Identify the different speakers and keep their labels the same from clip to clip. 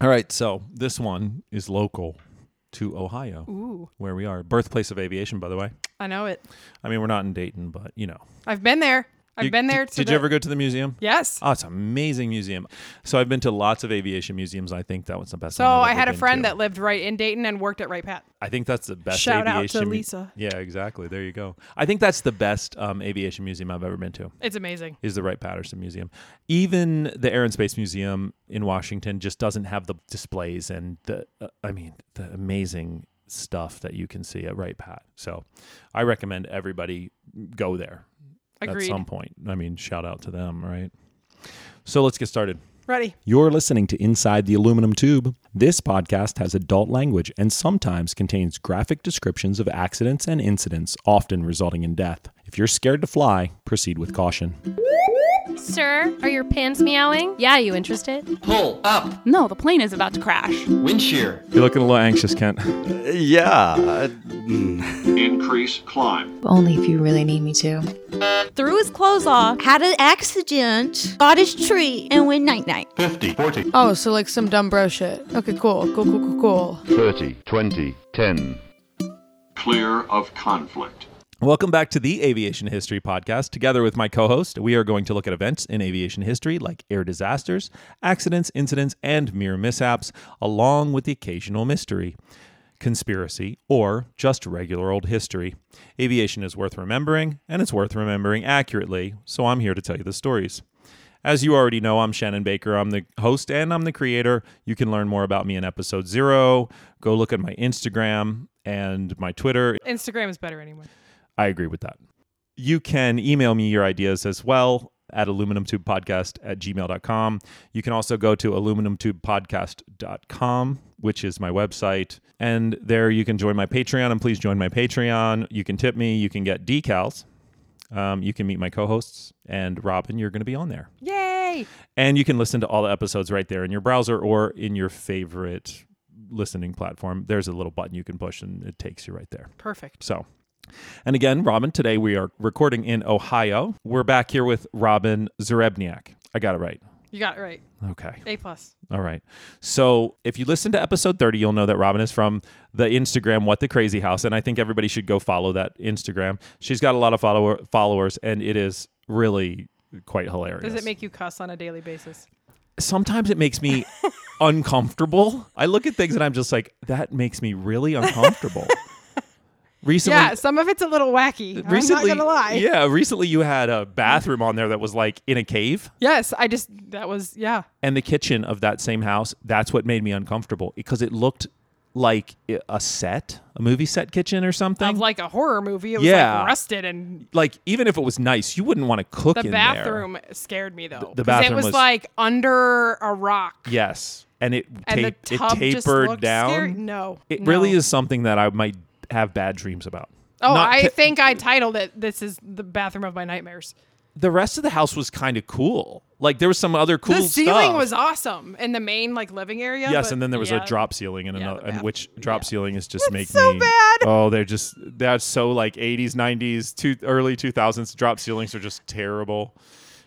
Speaker 1: All right, so this one is local to Ohio,
Speaker 2: Ooh,
Speaker 1: where we are. Birthplace of aviation, by the way.
Speaker 2: I know it.
Speaker 1: I mean, we're not in Dayton, but you know.
Speaker 2: I've been there. I've
Speaker 1: You-
Speaker 2: been there.
Speaker 1: Did,
Speaker 2: to
Speaker 1: did
Speaker 2: the-
Speaker 1: you ever go to the museum?
Speaker 2: Yes.
Speaker 1: Oh, it's an amazing museum. So I've been to lots of aviation museums. I think that was the best.
Speaker 2: So
Speaker 1: one I've
Speaker 2: I
Speaker 1: ever
Speaker 2: had a
Speaker 1: been
Speaker 2: friend
Speaker 1: to.
Speaker 2: that lived right in Dayton and worked at Wright Pat.
Speaker 1: I think that's the best.
Speaker 2: Shout out to
Speaker 1: aviation mu-
Speaker 2: Lisa.
Speaker 1: yeah, exactly. There you go. I think that's the best um, aviation museum I've ever been to.
Speaker 2: It's amazing.
Speaker 1: Is the Wright Patterson Museum. Even the Air and Space Museum in Washington just doesn't have the displays and the, uh, I mean, the amazing stuff that you can see at Wright Pat. So I recommend everybody go there
Speaker 2: Agreed.
Speaker 1: at some point. I mean, shout out to them, right? So let's get started.
Speaker 2: Ready?
Speaker 3: You're listening to Inside the Aluminum Tube. This podcast has adult language and sometimes contains graphic descriptions of accidents and incidents, often resulting in death. If you're scared to fly, proceed with caution.
Speaker 4: Sir, are your pants meowing? Yeah, you interested?
Speaker 5: Pull up.
Speaker 6: No, the plane is about to crash.
Speaker 5: Wind shear.
Speaker 1: You're looking a little anxious, Kent.
Speaker 7: Yeah.
Speaker 8: Increase climb.
Speaker 9: Only if you really need me to.
Speaker 10: threw his clothes off, had an accident, got his tree, and went night night.
Speaker 8: 50, 40,
Speaker 11: Oh, so like some dumb bro shit. Okay, cool, cool, cool, cool, cool.
Speaker 8: 30, 20, 10. Clear of conflict.
Speaker 1: Welcome back to the Aviation History Podcast. Together with my co host, we are going to look at events in aviation history like air disasters, accidents, incidents, and mere mishaps, along with the occasional mystery, conspiracy, or just regular old history. Aviation is worth remembering, and it's worth remembering accurately, so I'm here to tell you the stories. As you already know, I'm Shannon Baker. I'm the host and I'm the creator. You can learn more about me in episode zero. Go look at my Instagram and my Twitter.
Speaker 2: Instagram is better anyway.
Speaker 1: I agree with that. You can email me your ideas as well at aluminumtubepodcast at gmail.com. You can also go to aluminumtubepodcast.com, which is my website. And there you can join my Patreon. And please join my Patreon. You can tip me. You can get decals. Um, you can meet my co hosts. And Robin, you're going to be on there.
Speaker 2: Yay!
Speaker 1: And you can listen to all the episodes right there in your browser or in your favorite listening platform. There's a little button you can push and it takes you right there.
Speaker 2: Perfect.
Speaker 1: So, and again, Robin, today we are recording in Ohio. We're back here with Robin Zarebniak. I got it right.
Speaker 2: You got it right.
Speaker 1: Okay.
Speaker 2: A plus.
Speaker 1: All right. So, if you listen to episode 30, you'll know that Robin is from the Instagram What the Crazy House. And I think everybody should go follow that Instagram. She's got a lot of follower- followers, and it is really quite hilarious.
Speaker 2: Does it make you cuss on a daily basis?
Speaker 1: sometimes it makes me uncomfortable. I look at things and I'm just like, that makes me really uncomfortable. Recently,
Speaker 2: yeah, some of it's a little wacky.
Speaker 1: recently,
Speaker 2: I'm not gonna lie.
Speaker 1: yeah, recently you had a bathroom on there that was like in a cave,
Speaker 2: Yes, I just that was yeah.
Speaker 1: and the kitchen of that same house. That's what made me uncomfortable because it looked like i- a set, a movie set kitchen or something.
Speaker 2: Of like a horror movie. It was
Speaker 1: Um, Yeah.
Speaker 2: like rusted and
Speaker 1: like even if it was nice, you wouldn't want to cook
Speaker 2: the
Speaker 1: in
Speaker 2: bathroom scared me though.
Speaker 1: the
Speaker 2: 'Cause
Speaker 1: bathroom
Speaker 2: it was,
Speaker 1: was-
Speaker 2: like under a rock.
Speaker 1: there. Yes, and it
Speaker 2: And the
Speaker 1: ta-
Speaker 2: tub
Speaker 1: it
Speaker 2: just
Speaker 1: tapered
Speaker 2: looked
Speaker 1: down.
Speaker 2: scary. No,
Speaker 1: It
Speaker 2: no.
Speaker 1: really is something that I might have bad dreams about.
Speaker 2: Oh,
Speaker 1: Not
Speaker 2: I
Speaker 1: to-
Speaker 2: think I titled it "This is the bathroom of my nightmares."
Speaker 1: the rest of the house was kind of cool. Like there was some other cool
Speaker 2: the ceiling
Speaker 1: stuff.
Speaker 2: was awesome in the main like living area.
Speaker 1: yes,
Speaker 2: but
Speaker 1: and then there was
Speaker 2: yeah.
Speaker 1: a drop ceiling and
Speaker 2: Yeah,
Speaker 1: another,
Speaker 2: the
Speaker 1: and
Speaker 2: bath-
Speaker 1: which drop ceiling is just make
Speaker 2: so
Speaker 1: me
Speaker 2: bad.
Speaker 1: Oh, they're just that's so like eighties, nineties, two early two thousands. Drop ceilings are just terrible.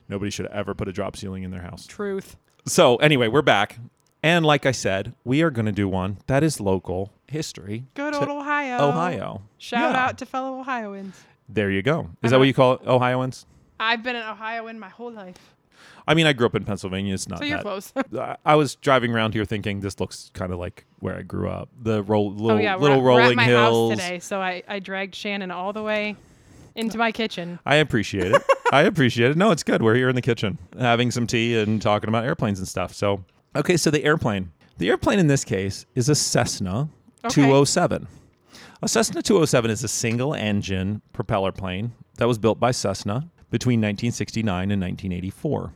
Speaker 1: Nobody should ever put a drop ceiling in their house.
Speaker 2: Truth.
Speaker 1: So anyway, we're back, and like I said, we are going to do one that is local history.
Speaker 2: Good
Speaker 1: to
Speaker 2: old Ohio.
Speaker 1: Ohio.
Speaker 2: Shout
Speaker 1: Yeah.
Speaker 2: out to fellow Ohioans.
Speaker 1: There you go. Is
Speaker 2: Uh-huh.
Speaker 1: that what you call it, Ohioans?
Speaker 2: I've been an Ohioan my whole life,
Speaker 1: I mean, I grew up in Pennsylvania. It's not
Speaker 2: so you're
Speaker 1: that
Speaker 2: close.
Speaker 1: I- I was driving around here thinking this looks kind of like where I grew up. The roll, little,
Speaker 2: oh yeah, we're
Speaker 1: little
Speaker 2: at- we're,
Speaker 1: rolling
Speaker 2: at my
Speaker 1: hills.
Speaker 2: house today, so I I dragged Shannon all the way into my kitchen.
Speaker 1: I appreciate it. I appreciate it. No, it's good. We're here in the kitchen having some tea and talking about airplanes and stuff. So, okay, so the airplane. The airplane in this case is a Cessna
Speaker 2: Okay.
Speaker 1: 207. A Cessna 207 is a single engine propeller plane that was built by Cessna between 1969 and 1984.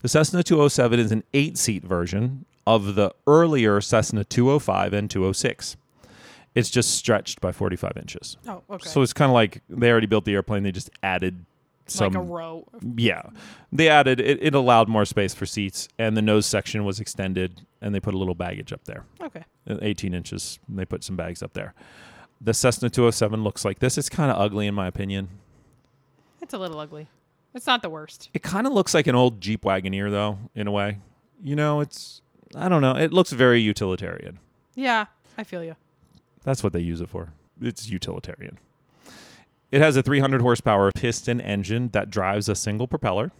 Speaker 1: The Cessna 207 is an eight seat version of the earlier Cessna 205 and 206. It's just stretched by 45 inches.
Speaker 2: Oh, okay.
Speaker 1: So it's kind of like they already built the airplane. They just added some.
Speaker 2: like a row.
Speaker 1: yeah, they added it. It allowed more space for seats, and the nose section was extended, and they put a little baggage up there,
Speaker 2: Okay.
Speaker 1: uh, 18 inches. And they put some bags up there. The Cessna 207 looks like this. It's kind of ugly, in my opinion.
Speaker 2: It's a little ugly. It's not the worst.
Speaker 1: It kind of looks like an old Jeep Wagoneer, though, in a way. You know, it's I don't know. It looks very utilitarian.
Speaker 2: Yeah, I feel you.
Speaker 1: That's what they use it for. It's utilitarian. It has a 300 horsepower piston engine that drives a single propeller.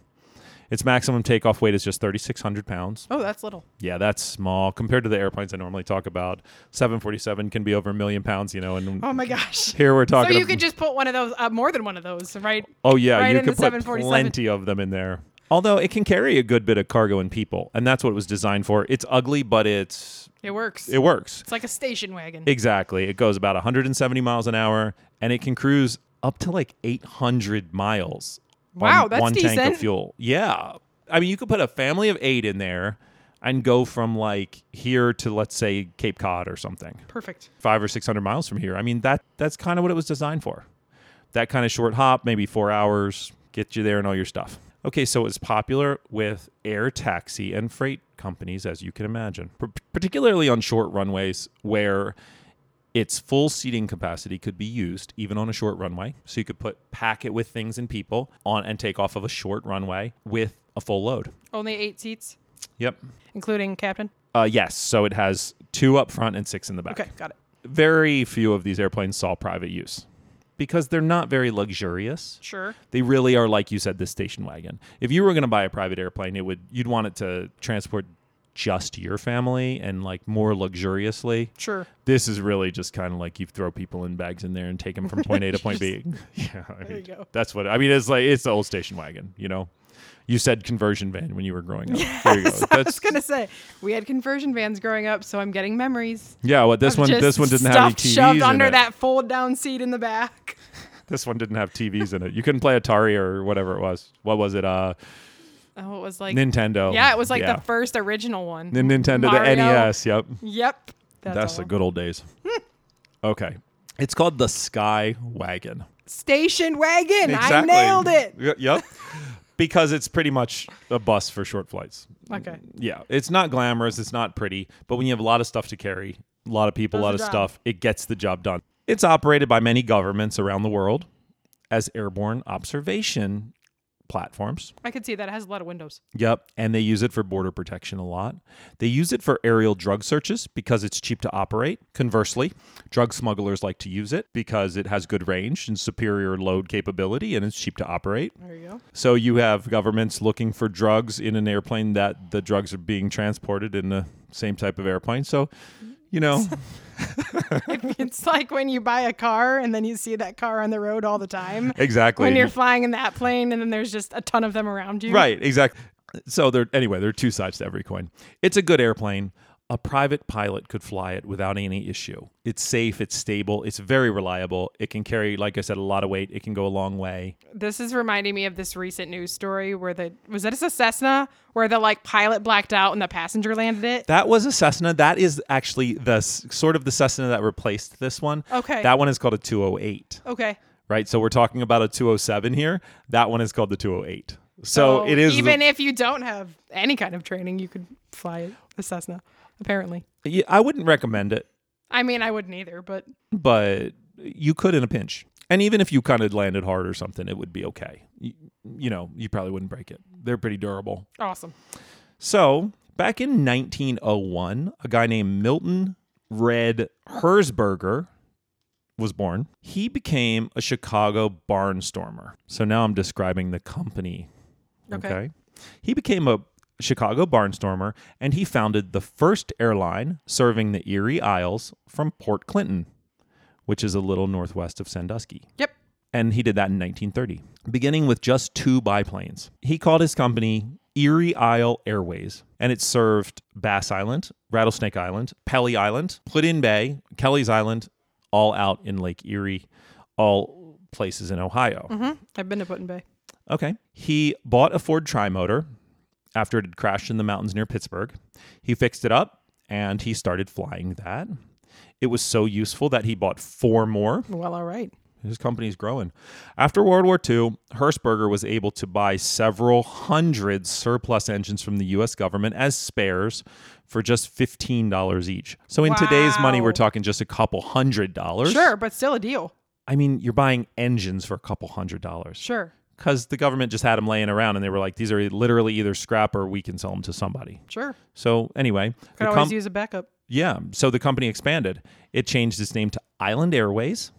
Speaker 1: Its maximum takeoff weight is just 3,600 pounds.
Speaker 2: Oh, that's little.
Speaker 1: Yeah, that's small compared to the airplanes I normally talk about. 747 can be over a million pounds, you know. And
Speaker 2: Oh my gosh.
Speaker 1: here we're
Speaker 2: So
Speaker 1: talking.
Speaker 2: you
Speaker 1: ab-
Speaker 2: could just put one of those, uh, more than one of those, right?
Speaker 1: oh yeah,
Speaker 2: right
Speaker 1: you
Speaker 2: in
Speaker 1: could
Speaker 2: the
Speaker 1: put
Speaker 2: 747.
Speaker 1: plenty of them in there. Although it can carry a good bit of cargo and people, and that's what it was designed for. It's ugly, but it's
Speaker 2: It works.
Speaker 1: it works.
Speaker 2: It's like a station wagon.
Speaker 1: Exactly. It goes about 170 miles an hour and it can cruise up to like 800 miles. on
Speaker 2: Wow, that's
Speaker 1: one tank
Speaker 2: decent.
Speaker 1: of fuel. Yeah. I mean, you could put a family of eight in there and go from like here to let's say Cape Cod or something,
Speaker 2: Perfect.
Speaker 1: five or 600 miles from here. I mean, that that's kind of what it was designed for. That kind of short hop, maybe four hours, get you there and all your stuff. Okay, so it's popular with air taxi and freight companies, as you can imagine, par- particularly on short runways where its full seating capacity could be used even on a short runway. So you could put pack it with things and people on and take off of a short runway with a full load.
Speaker 2: Only eight seats,
Speaker 1: Yep.
Speaker 2: including captain.
Speaker 1: Uh, yes. So it has two up front and six in the back.
Speaker 2: Okay, got it.
Speaker 1: Very few of these airplanes saw private use because they're not very luxurious.
Speaker 2: Sure.
Speaker 1: They really are, like you said, the station wagon. If you were going to buy a private airplane, it would you'd want it to transport just your family and like more luxuriously.
Speaker 2: Sure.
Speaker 1: This is really just kind of like you throw people in bags in there and take them from point A to point B. Yeah, I mean,
Speaker 2: There you go.
Speaker 1: that's what I mean. It's like it's the old station wagon, you know. You said conversion van when you were growing up. there you go. That's
Speaker 2: I was gonna say we had conversion vans growing up, so I'm getting memories.
Speaker 1: yeah. Well, this
Speaker 2: of
Speaker 1: one
Speaker 2: just
Speaker 1: this one didn't have any
Speaker 2: stuff
Speaker 1: TVs
Speaker 2: shoved
Speaker 1: in
Speaker 2: under
Speaker 1: it.
Speaker 2: that fold down seat in the back.
Speaker 1: This one didn't have TVs in it. You couldn't play Atari or whatever it was. What was it? Uh,
Speaker 2: Oh, it was like
Speaker 1: Nintendo.
Speaker 2: Yeah, it was like
Speaker 1: Yeah.
Speaker 2: the first original one.
Speaker 1: The Nintendo, the
Speaker 2: Mario.
Speaker 1: NES. Yep.
Speaker 2: Yep.
Speaker 1: That's the
Speaker 2: all.
Speaker 1: good old days. okay. It's called the Sky Wagon.
Speaker 2: station wagon. I nailed it.
Speaker 1: yep. because it's pretty much a bus for short flights.
Speaker 2: Okay.
Speaker 1: Yeah. It's not glamorous, it's not pretty, but when you have a lot of stuff to carry, a lot of people, a
Speaker 2: Does
Speaker 1: lot
Speaker 2: the
Speaker 1: of
Speaker 2: job.
Speaker 1: stuff, it gets the job done. It's operated by many governments around the world as airborne observation platforms.
Speaker 2: I could see that. It has a lot of windows.
Speaker 1: Yep. And they use it for border protection a lot. They use it for aerial drug searches because it's cheap to operate. Conversely, drug smugglers like to use it because it has good range and superior load capability and it's cheap to operate.
Speaker 2: There you go.
Speaker 1: So you have governments looking for drugs in an airplane that the drugs are being transported in the same type of airplane. So, you know,
Speaker 2: It's like when you buy a car and then you see that car on the road all the time.
Speaker 1: exactly.
Speaker 2: When you're flying in that plane and then there's just a ton of them around you.
Speaker 1: Right, exactly. So there anyway, there are two sides to every coin. It's a good airplane. A private pilot could fly it without any issue. It's safe, it's stable, it's very reliable. It can carry, like I said, a lot of weight. It can go a long way.
Speaker 2: This is reminding me of this recent news story where the was that a Cessna where the like pilot blacked out and the passenger landed it.
Speaker 1: That was a Cessna. That is actually the s- sort of the Cessna that replaced this one.
Speaker 2: Okay.
Speaker 1: That one is called a 208,
Speaker 2: okay.
Speaker 1: right? So we're talking about a 207 here. That one is called the 208. So, it is
Speaker 2: even if you don't have any kind of training, you could fly a Cessna. Apparently,
Speaker 1: Yeah, I wouldn't recommend it.
Speaker 2: I mean, I wouldn't either, but
Speaker 1: but you could in a pinch. And even if you kind of landed hard or something, it would be okay. You, you know, you probably wouldn't break it. They're pretty durable.
Speaker 2: awesome.
Speaker 1: So, back in 1901, a guy named Milton Red Herzberger was born. He became a Chicago barnstormer. So now I'm describing the company.
Speaker 2: Okay.
Speaker 1: He became a Chicago barnstormer and he founded the first airline serving the Erie Isles from Port Clinton, which is a little northwest of Sandusky
Speaker 2: Yep.
Speaker 1: and he did that in 1930, beginning with just two biplanes. He called his company Erie Isle Airways, and it served Bass Island, Rattlesnake Island, Pelly Island, Put-in Bay, Kelly's Island, all out in Lake Erie, all places in Ohio.
Speaker 2: I've been to Putin Bay.
Speaker 1: Okay. He bought a Ford Trimotor after it had crashed in the mountains near Pittsburgh. He fixed it up and he started flying that. It was so useful that he bought four more.
Speaker 2: Well, all right.
Speaker 1: His company's growing. After World War II, Hertzberger was able to buy several hundred surplus engines from the US government as spares for just $15 each. So in today's money,
Speaker 2: Wow.
Speaker 1: we're talking just a couple hundred dollars.
Speaker 2: Sure, but still a deal.
Speaker 1: I mean, you're buying engines for a couple hundred dollars.
Speaker 2: Sure.
Speaker 1: because the government just had them laying around and they were like, these are literally either scrap or we can sell them to somebody.
Speaker 2: Sure.
Speaker 1: So anyway,
Speaker 2: Could
Speaker 1: the
Speaker 2: always
Speaker 1: com-
Speaker 2: use a backup.
Speaker 1: yeah, so the company expanded. It changed its name to Island Airways.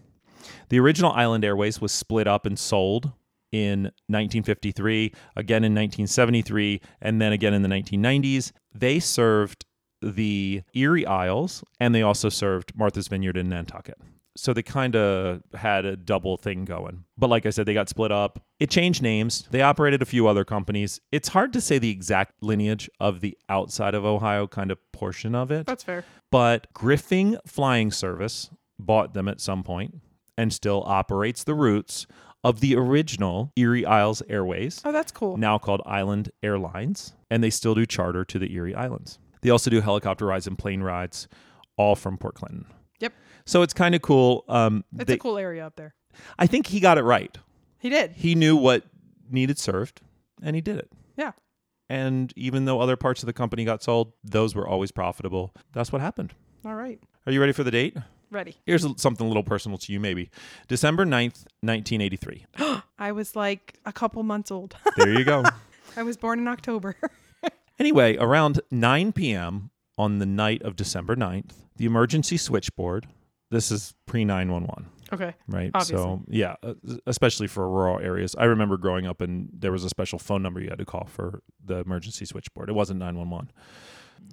Speaker 1: The original Island Airways was split up and sold in 1953, again in 1973, and then again in the 1990s. They served the Erie Isles and they also served Martha's Vineyard in Nantucket. So they kind of had a double thing going. But like I said, they got split up. It changed names. They operated a few other companies. It's hard to say the exact lineage of the outside of Ohio kind of portion of it
Speaker 2: That's fair.
Speaker 1: but Griffin Flying Service bought them at some point and still operates the routes of the original Erie Isles Airways,
Speaker 2: Oh, that's cool.
Speaker 1: now called Island Airlines, and they still do charter to the Erie Islands. They also do helicopter rides and plane rides, all from Port Clinton.
Speaker 2: Yep.
Speaker 1: So it's kind of cool. Um,
Speaker 2: It's
Speaker 1: they-
Speaker 2: a cool area up there.
Speaker 1: I think he got it right.
Speaker 2: He did.
Speaker 1: He knew what needed served, and he did it.
Speaker 2: Yeah.
Speaker 1: And even though other parts of the company got sold, those were always profitable. That's what happened.
Speaker 2: All right.
Speaker 1: Are you ready for the date?
Speaker 2: Ready.
Speaker 1: Here's a- something a little personal to you, maybe. December 9th, 1983.
Speaker 2: I was like a couple months old.
Speaker 1: There you go.
Speaker 2: I was born in October.
Speaker 1: anyway, around 9 p.m. on the night of December 9th, the emergency switchboard, this is pre 911,
Speaker 2: okay.
Speaker 1: right? So,
Speaker 2: Obviously.
Speaker 1: yeah, uh, especially for rural areas. I remember growing up and there was a special phone number you had to call for the emergency switchboard. It wasn't 911.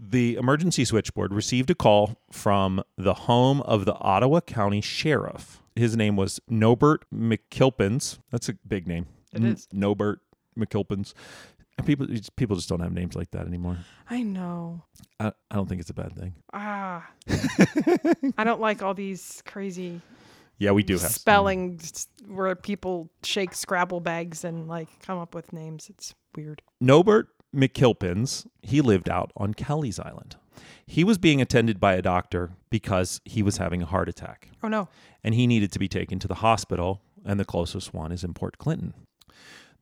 Speaker 1: The emergency switchboard received a call from the home of the Ottawa County Sheriff. His name was Nobert McKilpins. That's a big name.
Speaker 2: It is.
Speaker 1: Nobert McKilpins. And People, people just don't have names like that anymore.
Speaker 2: I know.
Speaker 1: I, I don't think it's a bad thing.
Speaker 2: Ah. I don't like all these crazy
Speaker 1: Yeah, we do have some.
Speaker 2: spelling s- where people shake Scrabble bags and like come up with names. It's weird.
Speaker 1: Nobert McKilpins, he lived out on Kelly's Island. He was being attended by a doctor because he was having a heart attack
Speaker 2: Oh no.
Speaker 1: and he needed to be taken to the hospital, and the closest one is in Port Clinton.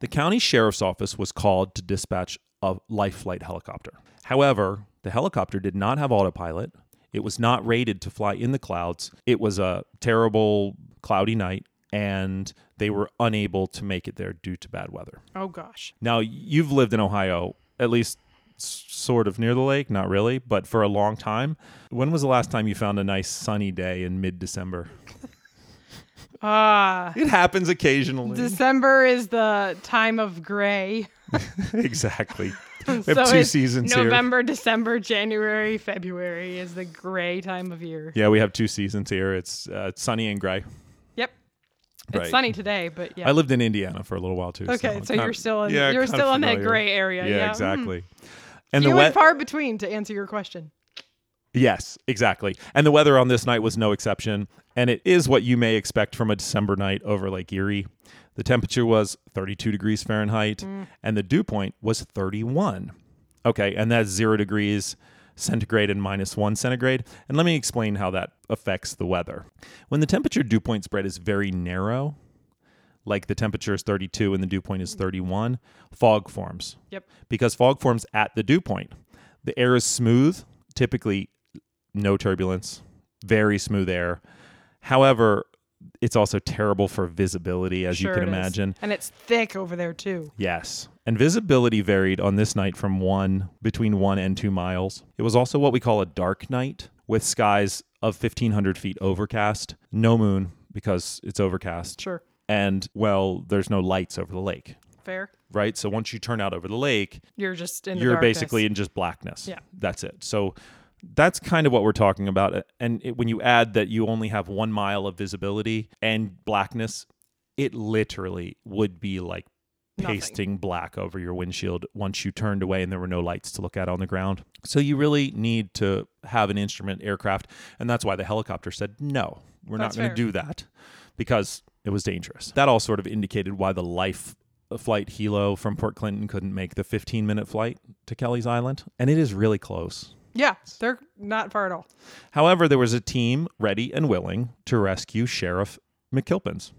Speaker 1: The county sheriff's office was called to dispatch a life flight helicopter. However, the helicopter did not have autopilot. It was not rated to fly in the clouds. It was a terrible cloudy night, and they were unable to make it there due to bad weather.
Speaker 2: Oh gosh.
Speaker 1: Now, you've lived in Ohio, at least s- sort of near the lake, not really, but for a long time. When was the last time you found a nice sunny day in mid December?
Speaker 2: Ah.
Speaker 1: It happens occasionally.
Speaker 2: December is the time of gray.
Speaker 1: exactly. We have
Speaker 2: So
Speaker 1: two
Speaker 2: it's
Speaker 1: seasons here.
Speaker 2: November, December, January, February is the gray time of year.
Speaker 1: Yeah, we have two seasons here. It's uh, sunny and gray.
Speaker 2: Yep.
Speaker 1: Right.
Speaker 2: It's sunny today, but yeah.
Speaker 1: I lived in Indiana for a little while too.
Speaker 2: Okay, so
Speaker 1: I'm
Speaker 2: you're still in-
Speaker 1: yeah,
Speaker 2: you're
Speaker 1: kind of
Speaker 2: still in that
Speaker 1: familiar.
Speaker 2: gray area,
Speaker 1: Yeah,
Speaker 2: yeah. Mm.
Speaker 1: exactly. And
Speaker 2: Few
Speaker 1: the
Speaker 2: and
Speaker 1: wet.
Speaker 2: far between to answer your question.
Speaker 1: yes, exactly. And the weather on this night was no exception, and it is what you may expect from a December night over Lake Erie. The temperature was 32 degrees Fahrenheit, and the dew point was 31. Okay, and that's zero degrees centigrade and minus one centigrade. And let me explain how that affects the weather. When the temperature dew point spread is very narrow, like the temperature is 32 and the dew point is 31, fog forms.
Speaker 2: Yep.
Speaker 1: Because fog forms at the dew point. The air is smooth, typically no turbulence, very smooth air. However, it's also terrible for visibility, as
Speaker 2: Sure
Speaker 1: you can
Speaker 2: it is.
Speaker 1: imagine.
Speaker 2: And it's thick over there too.
Speaker 1: Yes. And visibility varied on this night from one, between one and two miles. It was also what we call a dark night with skies of 1,500 feet overcast, no moon because it's overcast.
Speaker 2: Sure.
Speaker 1: And, well, there's no lights over the lake,
Speaker 2: Fair.
Speaker 1: right? So once you turn out over the lake,
Speaker 2: You're just in the
Speaker 1: you're
Speaker 2: darkness.
Speaker 1: basically in just blackness.
Speaker 2: Yeah.
Speaker 1: That's it. So that's kind of what we're talking about. And it, when you add that you only have one mile of visibility and blackness, it literally would be like
Speaker 2: Nothing.
Speaker 1: pasting black over your windshield once you turned away and there were no lights to look at on the ground. So you really need to have an instrument aircraft. And that's why the helicopter said, no, we're
Speaker 2: That's
Speaker 1: not going to
Speaker 2: fair.
Speaker 1: do that because it was dangerous. That all sort of indicated why the life uh, flight Hilo from Port Clinton couldn't make the 15 minute flight to Kelly's Island. And it is really close.
Speaker 2: Yeah. They're not far at all.
Speaker 1: However, there was a team ready and willing to rescue Sheriff McKilpins,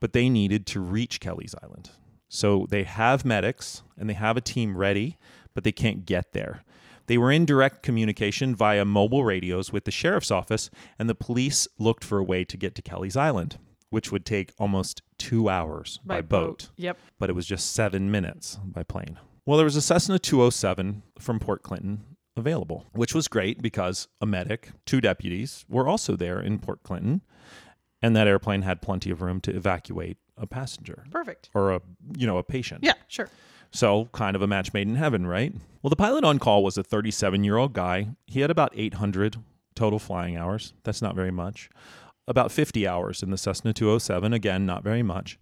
Speaker 1: but they needed to reach Kelly's Island. So they have medics and they have a team ready, but they can't get there. They were in direct communication via mobile radios with the sheriff's office, and the police looked for a way to get to Kelly's Island, which would take almost two hours by, boat.
Speaker 2: Yep.
Speaker 1: but it was just seven minutes by plane. Well, there was a Cessna 207 from Port Clinton available, which was great because a medic, two deputies were also there in Port Clinton, and that airplane had plenty of room to evacuate a passenger
Speaker 2: Perfect.
Speaker 1: or a you know a patient.
Speaker 2: Yeah, sure.
Speaker 1: So, kind of a match made in heaven, right? Well, the pilot on call was a 37 year old guy. He had about 800 total flying hours. That's not very much. About 50 hours in the Cessna 207. Again, not very much.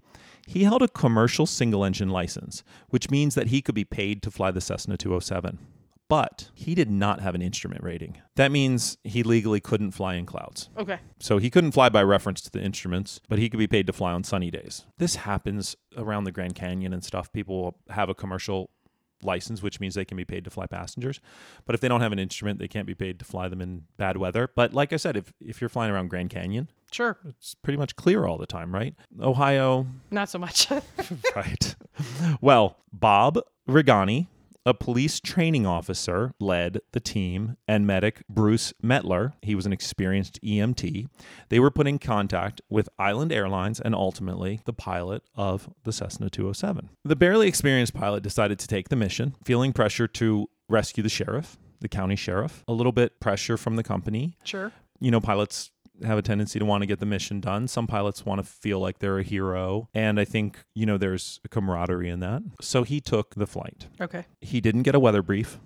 Speaker 1: He held a commercial single engine license, which means that he could be paid to fly the Cessna 207. But he did not have an instrument rating. That means he legally couldn't fly in clouds.
Speaker 2: Okay.
Speaker 1: So he couldn't fly by reference to the instruments, but he could be paid to fly on sunny days. This happens around the Grand Canyon and stuff. People will have a commercial license, which means they can be paid to fly passengers. But if they don't have an instrument, they can't be paid to fly them in bad weather. But like I said, if, if you're flying around Grand Canyon,
Speaker 2: Sure.
Speaker 1: it's pretty much clear all the time, right? Ohio,
Speaker 2: Not so much.
Speaker 1: right. Well, Bob Rigani, a police training officer, led the team, and medic Bruce Metler, he was an experienced EMT. They were put in contact with Island Airlines and ultimately the pilot of the Cessna 207. The barely experienced pilot decided to take the mission, feeling pressure to rescue the sheriff, the county sheriff, a little bit pressure from the company,
Speaker 2: sure.
Speaker 1: you know, pilots have a tendency to want to get the mission done. Some pilots want to feel like they're a hero. And I think, you know, there's a camaraderie in that. So he took the flight.
Speaker 2: Okay.
Speaker 1: He didn't get a weather brief,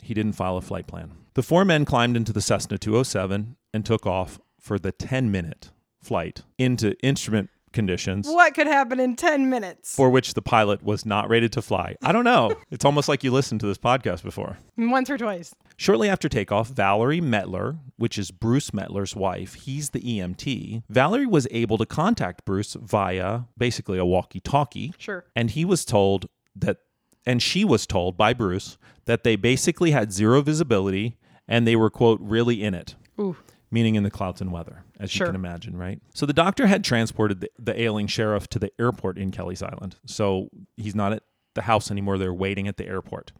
Speaker 1: he didn't file a flight plan. The four men climbed into the Cessna 207 and took off for the 10 minute flight into instrument conditions.
Speaker 2: What could happen in 10 minutes?
Speaker 1: For which the pilot was not rated to fly. I don't know. it's almost like you listened to this podcast before.
Speaker 2: Mm, Once or twice.
Speaker 1: Shortly after takeoff, Valerie Metler, which is Bruce Metler's wife, he's the EMT. Valerie was able to contact Bruce via basically a walkie talkie.
Speaker 2: Sure.
Speaker 1: And he was told that, and she was told by Bruce that they basically had zero visibility and they were, quote, really in it.
Speaker 2: Ooh.
Speaker 1: Meaning in the clouds and weather, as
Speaker 2: Sure.
Speaker 1: you can imagine, right? So the doctor had transported the, the ailing sheriff to the airport in Kelly's Island. So he's not at the house anymore. They're waiting at the airport.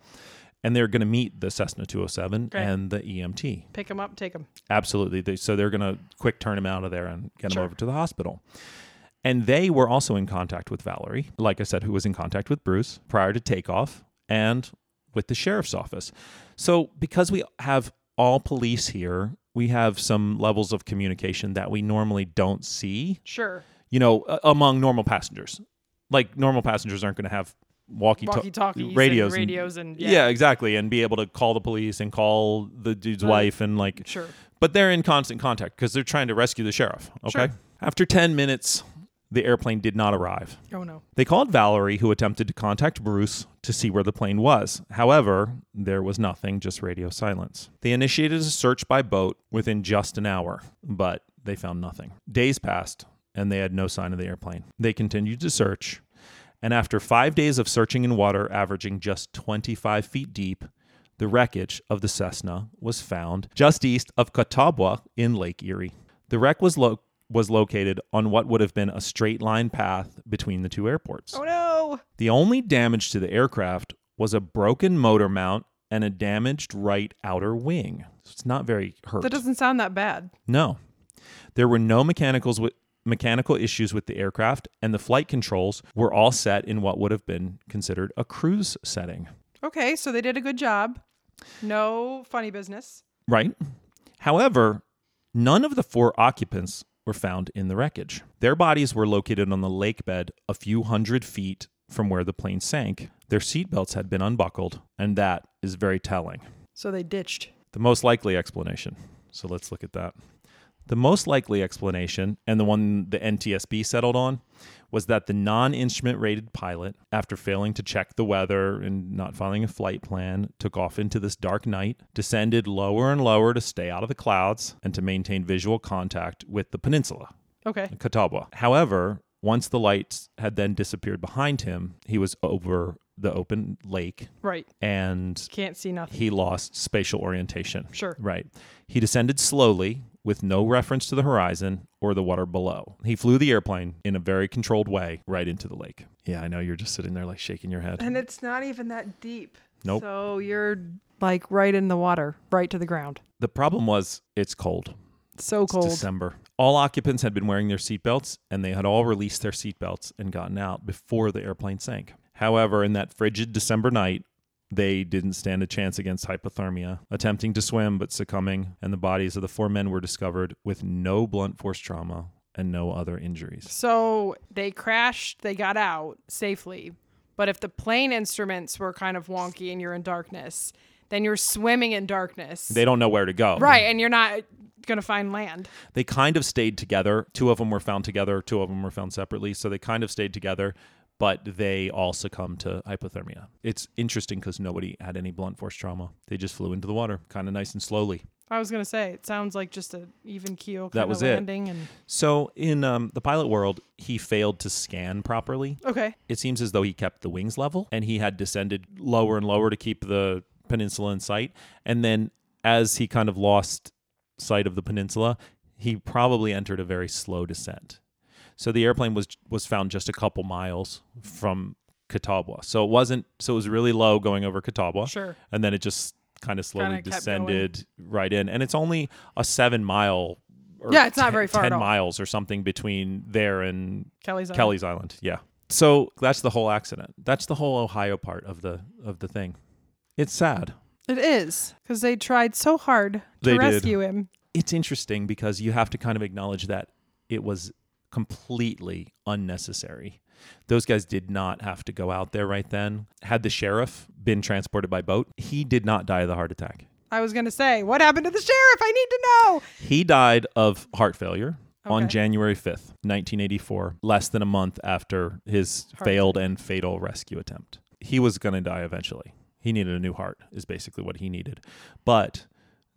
Speaker 1: And they're going to meet the Cessna 207
Speaker 2: Great.
Speaker 1: and the EMT.
Speaker 2: Pick him up, take him.
Speaker 1: Absolutely. They, so they're going to quick turn him out of there and get
Speaker 2: Sure.
Speaker 1: him over to the hospital. And they were also in contact with Valerie, like I said, who was in contact with Bruce prior to takeoff and with the sheriff's office. So because we have all police here, we have some levels of communication that we normally don't see
Speaker 2: Sure.
Speaker 1: you know, a- among normal passengers. Like normal passengers aren't going to have walkie
Speaker 2: Walkie-talkies and
Speaker 1: radios,
Speaker 2: radios and-
Speaker 1: yeah.
Speaker 2: yeah.
Speaker 1: exactly, and be able to call the police and call the dude's wife and like.
Speaker 2: Sure.
Speaker 1: But they're in constant contact because they're trying to rescue the sheriff. Okay.
Speaker 2: Sure.
Speaker 1: After ten minutes, the airplane did not arrive.
Speaker 2: Oh, no.
Speaker 1: They called Valerie, who attempted to contact Bruce to see where the plane was. However, there was nothing, just radio silence. They initiated a search by boat within just an hour, but they found nothing. Days passed, and they had no sign of the airplane. They continued to search, and after five days of searching in water averaging just 25 feet deep, the wreckage of the Cessna was found just east of Catawba in Lake Erie. The wreck was lo- was located on what would have been a straight line path between the two airports.
Speaker 2: Oh, no.
Speaker 1: The only damage to the aircraft was a broken motor mount and a damaged right outer wing. So it's not very hurt.
Speaker 2: That doesn't sound that bad.
Speaker 1: No. There were no mechanicals with mechanical issues with the aircraft and the flight controls were all set in what would have been considered a cruise setting.
Speaker 2: Okay, so they did a good job. No funny business.
Speaker 1: Right? However, none of the four occupants were found in the wreckage. Their bodies were located on the lake bed a few hundred feet from where the plane sank. Their seatbelts had been unbuckled, and that is very telling.
Speaker 2: So they ditched.
Speaker 1: The most likely explanation. So let's look at that. The most likely explanation, and the one the NTSB settled on, was that the non instrument rated pilot, after failing to check the weather and not following a flight plan, took off into this dark night, descended lower and lower to stay out of the clouds and to maintain visual contact with the peninsula,
Speaker 2: Okay.
Speaker 1: Catawba. However, once the lights had then disappeared behind him, he was over the open lake
Speaker 2: Right.
Speaker 1: and
Speaker 2: Can't see nothing.
Speaker 1: he lost spatial orientation.
Speaker 2: Sure.
Speaker 1: Right. He descended slowly with no reference to the horizon or the water below. He flew the airplane in a very controlled way right into the lake. Yeah, I know you're just sitting there like shaking your head.
Speaker 2: And it's not even that deep.
Speaker 1: Nope.
Speaker 2: So you're like right in the water, right to the ground.
Speaker 1: the problem was it's cold.
Speaker 2: So
Speaker 1: It's
Speaker 2: cold.
Speaker 1: December. All occupants had been wearing their seatbelts, and they had all released their seatbelts and gotten out before the airplane sank. However, in that frigid December night, they didn't stand a chance against hypothermia, attempting to swim but succumbing, and the bodies of the four men were discovered with no blunt force trauma and no other injuries.
Speaker 2: So they crashed, they got out safely. But if the plane instruments were kind of wonky and you're in darkness, then you're swimming in darkness.
Speaker 1: They don't know where to go.
Speaker 2: right, and you're not going to find land.
Speaker 1: They kind of stayed together. Two of them were found together, two of them were found separately. So they kind of stayed together, but they all succumbed to hypothermia. It's interesting because nobody had any blunt force trauma. They just flew into the water kind of nice and slowly.
Speaker 2: I was going to say, it sounds like just an even keel
Speaker 1: That
Speaker 2: kind
Speaker 1: was
Speaker 2: of
Speaker 1: it.
Speaker 2: landing. And,
Speaker 1: So in um, the pilot world, he failed to scan properly.
Speaker 2: okay.
Speaker 1: It seems as though he kept the wings level and he had descended lower and lower to keep the peninsula in sight. And then as he kind of lost sight of the peninsula, he probably entered a very slow descent. So the airplane was was found just a couple miles from Catawba. So it wasn't so it was really low going over Catawba.
Speaker 2: Sure.
Speaker 1: And then it just kind of slowly
Speaker 2: Kinda kept going.
Speaker 1: descended right in. And it's only a 7 mile or
Speaker 2: Yeah, it's not
Speaker 1: ten-
Speaker 2: very far
Speaker 1: 10
Speaker 2: at all.
Speaker 1: miles or something between there and
Speaker 2: Kelly's on.
Speaker 1: Kelly's Island. Yeah. So that's the whole accident. That's the whole Ohio part of the of the thing. It's sad.
Speaker 2: It is, because they tried so hard to
Speaker 1: They did.
Speaker 2: rescue him.
Speaker 1: It's interesting because you have to kind of acknowledge that it was completely unnecessary. Those guys did not have to go out there right then. Had the sheriff been transported by boat, he did not die of the heart attack.
Speaker 2: I was going to say, what happened to the sheriff? I need to know.
Speaker 1: He died of heart failure on
Speaker 2: Okay.
Speaker 1: January 5th, 1984, less than a month after his failed and fatal rescue attempt. He was going to die eventually. He needed a new heart, is basically what he needed. But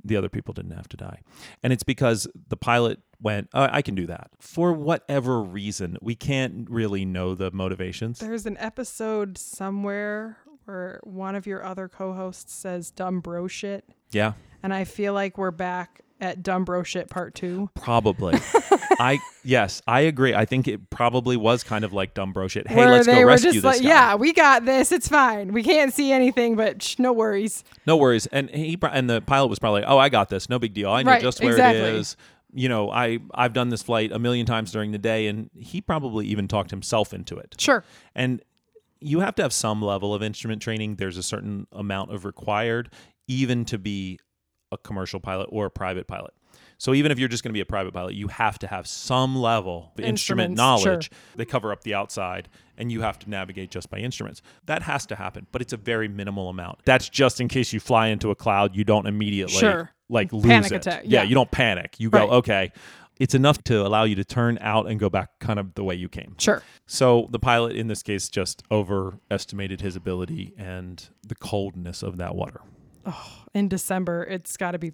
Speaker 1: the other people didn't have to die. And it's because the pilot went, "Uh, I can do that. For whatever reason, we can't really know the motivations.
Speaker 2: There's an episode somewhere where one of your other co-hosts says dumb bro shit,
Speaker 1: Yeah,
Speaker 2: and I feel like we're back at dumb bro shit part two.
Speaker 1: probably. I, yes, I agree. I think it probably was kind of like dumb bro shit. Hey,
Speaker 2: where
Speaker 1: let's
Speaker 2: they
Speaker 1: go
Speaker 2: were
Speaker 1: rescue this
Speaker 2: just like,
Speaker 1: guy.
Speaker 2: yeah, we got this. It's fine. We can't see anything, but sh- no worries.
Speaker 1: No worries. And he pro- and the pilot was probably, oh, I got this. No big deal. I know
Speaker 2: Right,
Speaker 1: just where it
Speaker 2: exactly.
Speaker 1: is. You know, I I've done this flight a million times during the day, and he probably even talked himself into it.
Speaker 2: Sure.
Speaker 1: And you have to have some level of instrument training. There's a certain amount of required, even to be a commercial pilot or a private pilot. So even if you're just going to be a private pilot, you have to have some level of instrument
Speaker 2: Instruments, sure.
Speaker 1: knowledge. They cover up the outside, and you have to navigate just by instruments. That has to happen, but it's a very minimal amount. That's just in case you fly into a cloud, you don't immediately
Speaker 2: Sure.
Speaker 1: like lose
Speaker 2: Panic
Speaker 1: it.
Speaker 2: attack,
Speaker 1: Yeah.
Speaker 2: yeah.
Speaker 1: you don't panic. You
Speaker 2: Right.
Speaker 1: go okay. It's enough to allow you to turn out and go back kind of the way you came.
Speaker 2: Sure.
Speaker 1: So the pilot in this case just overestimated his ability and the coldness of that water.
Speaker 2: In December, it's got to be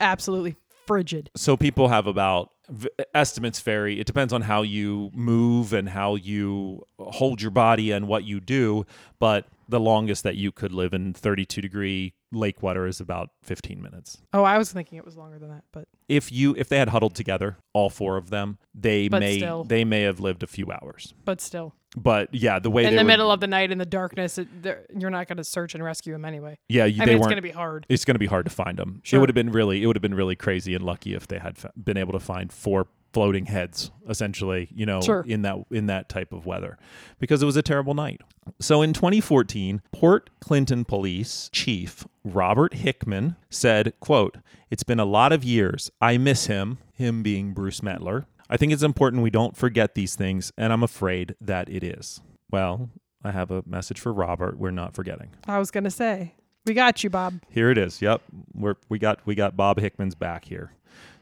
Speaker 2: absolutely frigid.
Speaker 1: So people have about v- estimates vary. It depends on how you move and how you hold your body and what you do, but the longest that you could live in 32 degree lake water is about 15 minutes.
Speaker 2: Oh, I was thinking it was longer than that, but
Speaker 1: If you if they had huddled together, all four of them, they
Speaker 2: But
Speaker 1: may
Speaker 2: still.
Speaker 1: they may have lived a few hours.
Speaker 2: but still,
Speaker 1: But yeah, the way
Speaker 2: in
Speaker 1: they
Speaker 2: the
Speaker 1: were-
Speaker 2: middle of the night in the darkness, it, there- you're not going to search and rescue him anyway.
Speaker 1: yeah, you,
Speaker 2: I
Speaker 1: they
Speaker 2: mean, it's
Speaker 1: weren't
Speaker 2: going to be hard.
Speaker 1: it's going to be hard to find them.
Speaker 2: Sure.
Speaker 1: It would have been really, it would have been really crazy and lucky if they had f- been able to find four floating heads, essentially, you know,
Speaker 2: Sure.
Speaker 1: in that in that type of weather, because it was a terrible night. So in 2014, Port Clinton Police Chief Robert Hickman said, "quote It's been a lot of years. I miss him. Him being Bruce Mettler. I think it's important we don't forget these things, and I'm afraid that it is. Well." I have a message for Robert. We're not forgetting.
Speaker 2: I was going to say, we got you, Bob.
Speaker 1: Here it is. Yep. We're we got we got Bob Hickman's back here.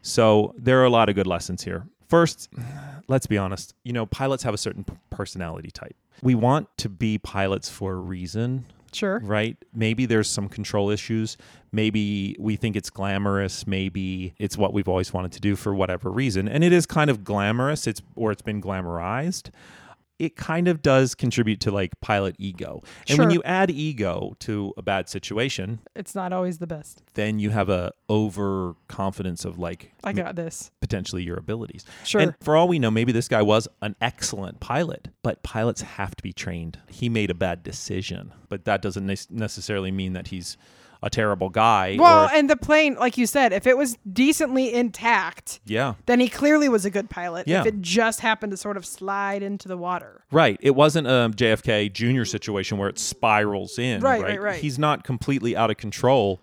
Speaker 1: So there are a lot of good lessons here. First, let's be honest. You know, pilots have a certain p- personality type. We want to be pilots for a reason,
Speaker 2: Sure.
Speaker 1: right? Maybe there's some control issues. Maybe we think it's glamorous. Maybe it's what we've always wanted to do for whatever reason. And it is kind of glamorous. It's or it's been glamorized. It kind of does contribute to like pilot ego. And when
Speaker 2: Sure.
Speaker 1: you add ego to a bad situation,
Speaker 2: It's not always the best.
Speaker 1: then you have a overconfidence of like
Speaker 2: I got this.
Speaker 1: potentially your abilities.
Speaker 2: Sure.
Speaker 1: And for all we know, maybe this guy was an excellent pilot, but pilots have to be trained. He made a bad decision, but that doesn't nes- necessarily mean that he's a terrible guy.
Speaker 2: Well,
Speaker 1: or-
Speaker 2: and the plane, like you said, if it was decently intact,
Speaker 1: yeah.
Speaker 2: then he clearly was a good pilot.
Speaker 1: Yeah.
Speaker 2: If it just happened to sort of slide into the water.
Speaker 1: Right. It wasn't a JFK Jr. situation where it spirals in.
Speaker 2: Right, right, right.
Speaker 1: He's not completely out of control.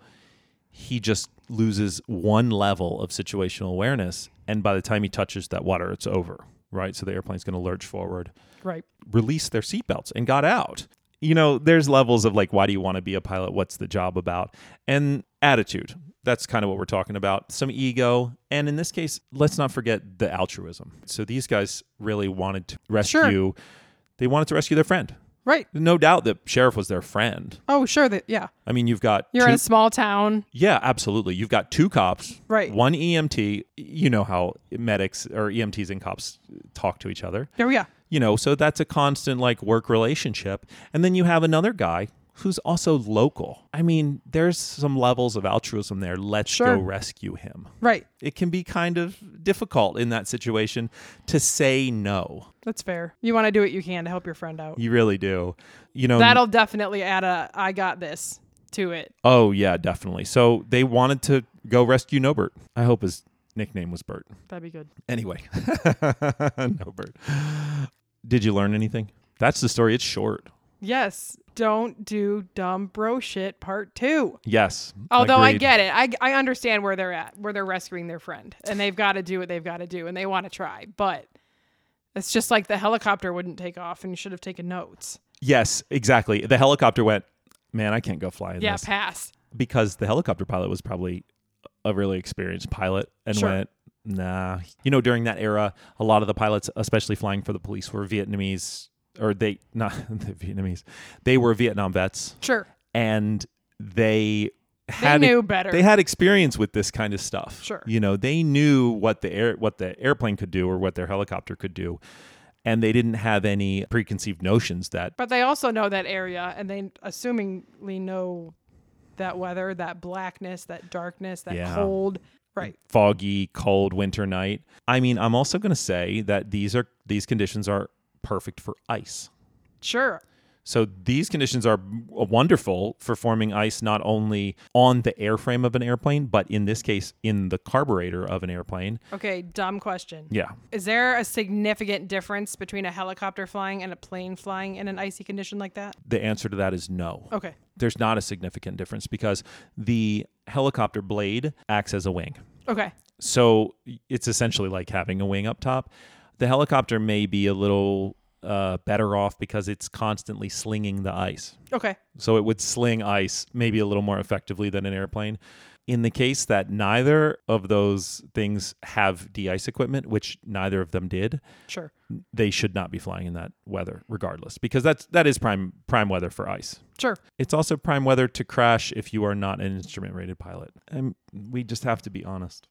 Speaker 1: He just loses one level of situational awareness. And by the time he touches that water, it's over. Right. So the airplane's going to lurch forward,
Speaker 2: Right.
Speaker 1: released their seatbelts, and got out. You know, there's levels of like, why do you want to be a pilot? What's the job about? And attitude. That's kind of what we're talking about. Some ego. And in this case, let's not forget the altruism. So these guys really wanted to rescue they wanted to rescue their friend.
Speaker 2: Right.
Speaker 1: No doubt that sheriff was their friend.
Speaker 2: Oh, sure. That yeah.
Speaker 1: I mean, you've got
Speaker 2: You're
Speaker 1: two,
Speaker 2: in a small town.
Speaker 1: yeah, absolutely. You've got two cops,
Speaker 2: Right.
Speaker 1: One EMT. You know how medics or EMTs and cops talk to each other.
Speaker 2: There we go.
Speaker 1: You know, so that's a constant like work relationship. And then you have another guy who's also local. I mean, there's some levels of altruism there. Let's
Speaker 2: Sure.
Speaker 1: go rescue him.
Speaker 2: Right.
Speaker 1: It can be kind of difficult in that situation to say no.
Speaker 2: That's fair. You want to do what you can to help your friend out.
Speaker 1: You really do. You know,
Speaker 2: That'll definitely add a I got this to it.
Speaker 1: Oh yeah, definitely. So they wanted to go rescue Nobert. I hope his nickname was Bert.
Speaker 2: That'd be good.
Speaker 1: Anyway, Nobert. Did you learn anything? That's the story. It's short.
Speaker 2: Yes. Don't do dumb bro shit part two.
Speaker 1: Yes.
Speaker 2: Although I
Speaker 1: agreed.
Speaker 2: get it. I, I understand where they're at, where they're rescuing their friend. And they've got to do what they've got to do and they want to try. But it's just like the helicopter wouldn't take off and you should have taken notes.
Speaker 1: Yes, exactly. The helicopter went. Man, I can't go flying
Speaker 2: Yeah,
Speaker 1: this
Speaker 2: pass.
Speaker 1: because the helicopter pilot was probably a really experienced pilot and
Speaker 2: Sure.
Speaker 1: went. Nah, you know, during that era, a lot of the pilots, especially flying for the police, were Vietnamese, or they not the Vietnamese, they were Vietnam vets.
Speaker 2: Sure.
Speaker 1: and they had e
Speaker 2: knew better.
Speaker 1: They had experience with this kind of stuff.
Speaker 2: Sure.
Speaker 1: you know they knew what the air what the airplane could do or what their helicopter could do, and they didn't have any preconceived notions that
Speaker 2: But they also know that area and they assumingly know that weather, that blackness, that darkness, that
Speaker 1: Yeah.
Speaker 2: cold. Right.
Speaker 1: foggy, cold winter night. I mean, I'm also going to say that these are these conditions are perfect for ice.
Speaker 2: Sure.
Speaker 1: So these conditions are wonderful for forming ice not only on the airframe of an airplane, but in this case in the carburetor of an airplane.
Speaker 2: Okay, dumb question.
Speaker 1: Yeah.
Speaker 2: Is there a significant difference between a helicopter flying and a plane flying in an icy condition like that?
Speaker 1: The answer to that is no.
Speaker 2: Okay.
Speaker 1: there's not a significant difference because the helicopter blade acts as a wing.
Speaker 2: Okay.
Speaker 1: So it's essentially like having a wing up top. The helicopter may be a little uh, better off because it's constantly slinging the ice.
Speaker 2: Okay.
Speaker 1: So it would sling ice maybe a little more effectively than an airplane. In the case that neither of those things have de ice equipment, which neither of them did,
Speaker 2: Sure.
Speaker 1: they should not be flying in that weather regardless because that's that is prime prime weather for ice.
Speaker 2: Sure.
Speaker 1: It's also prime weather to crash if you are not an instrument rated pilot. And we just have to be honest.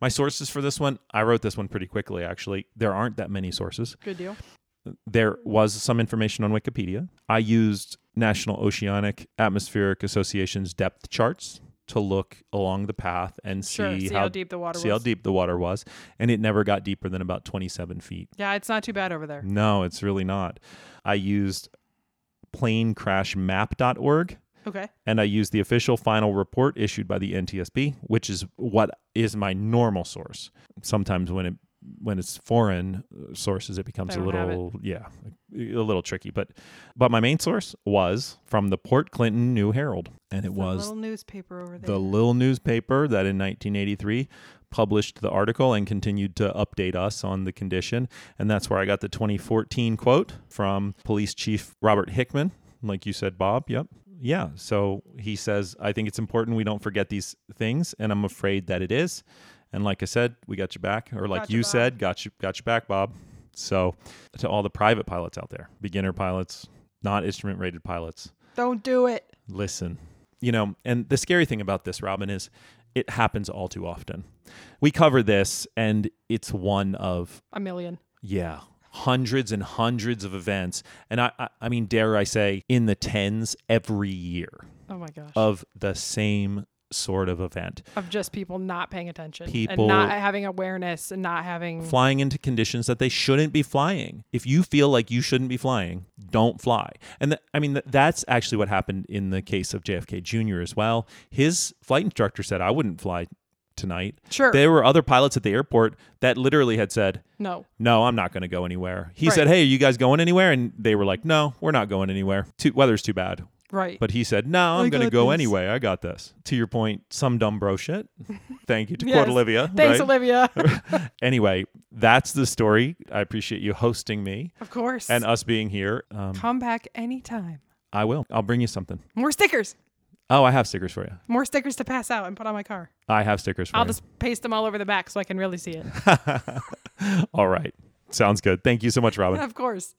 Speaker 1: My sources for this one, I wrote this one pretty quickly actually. There aren't that many sources.
Speaker 2: Good deal.
Speaker 1: There was some information on Wikipedia. I used National Oceanic Atmospheric Association's depth charts to look along the path and see,
Speaker 2: Sure. See how deep the water
Speaker 1: see how
Speaker 2: was.
Speaker 1: deep the water was. And it never got deeper than about 27 feet.
Speaker 2: Yeah, it's not too bad over there.
Speaker 1: No, it's really not. I used planecrashmap.org
Speaker 2: Okay.
Speaker 1: and I used the official final report issued by the NTSB, which is what is my normal source. Sometimes when it when it's foreign uh, sources, it becomes
Speaker 2: They
Speaker 1: a
Speaker 2: don't have it.
Speaker 1: little yeah, a little tricky. But but my main source was from the Port Clinton New Herald, and it
Speaker 2: It's a
Speaker 1: was
Speaker 2: little newspaper over there.
Speaker 1: the little newspaper that in 1983 published the article and continued to update us on the condition. And that's where I got the 2014 quote from Police Chief Robert Hickman, like you said, Bob. Yep. Yeah. So he says, I think it's important we don't forget these things, and I'm afraid that it is. And like I said, we got you back, or like
Speaker 2: Got your
Speaker 1: you
Speaker 2: back.
Speaker 1: said, got you, got you back, Bob. So to all the private pilots out there, beginner pilots, not instrument rated pilots,
Speaker 2: Don't do it.
Speaker 1: listen. You know, and the scary thing about this, Robin, is it happens all too often. We cover this, and it's one of,
Speaker 2: A million.
Speaker 1: yeah, hundreds and hundreds of events. And I, I, I mean, dare I say, in the tens every year
Speaker 2: Oh my gosh.
Speaker 1: of the same sort of event.
Speaker 2: of just people not paying attention
Speaker 1: People-
Speaker 2: and not having awareness and not having
Speaker 1: Flying into conditions that they shouldn't be flying. If you feel like you shouldn't be flying, don't fly. And th- I mean, th- that's actually what happened in the case of JFK Jr. as well. His flight instructor said, I wouldn't fly tonight.
Speaker 2: Sure.
Speaker 1: There were other pilots at the airport that literally had said,
Speaker 2: no
Speaker 1: no, I'm not going to go anywhere. He
Speaker 2: Right.
Speaker 1: said, Hey, are you guys going anywhere? And they were like, No, we're not going anywhere. Too, weather's too bad.
Speaker 2: right
Speaker 1: But he said, No, I'm
Speaker 2: I
Speaker 1: going to
Speaker 2: got
Speaker 1: go
Speaker 2: this."
Speaker 1: anyway. I got this. To your point, some dumb bro shit. Thank you to
Speaker 2: Yes.
Speaker 1: quote Olivia.
Speaker 2: thanks
Speaker 1: right?
Speaker 2: olivia
Speaker 1: Anyway, that's the story. I appreciate you hosting me
Speaker 2: of course
Speaker 1: and us being here. Um,
Speaker 2: come back anytime
Speaker 1: I will. I'll bring you something.
Speaker 2: more stickers
Speaker 1: Oh, I have stickers for you.
Speaker 2: more stickers to pass out and put on my car
Speaker 1: I have stickers for
Speaker 2: i'll
Speaker 1: you.
Speaker 2: just paste them all over the back so i can really see it
Speaker 1: All right. Sounds good. Thank you so much, Robin.
Speaker 2: of course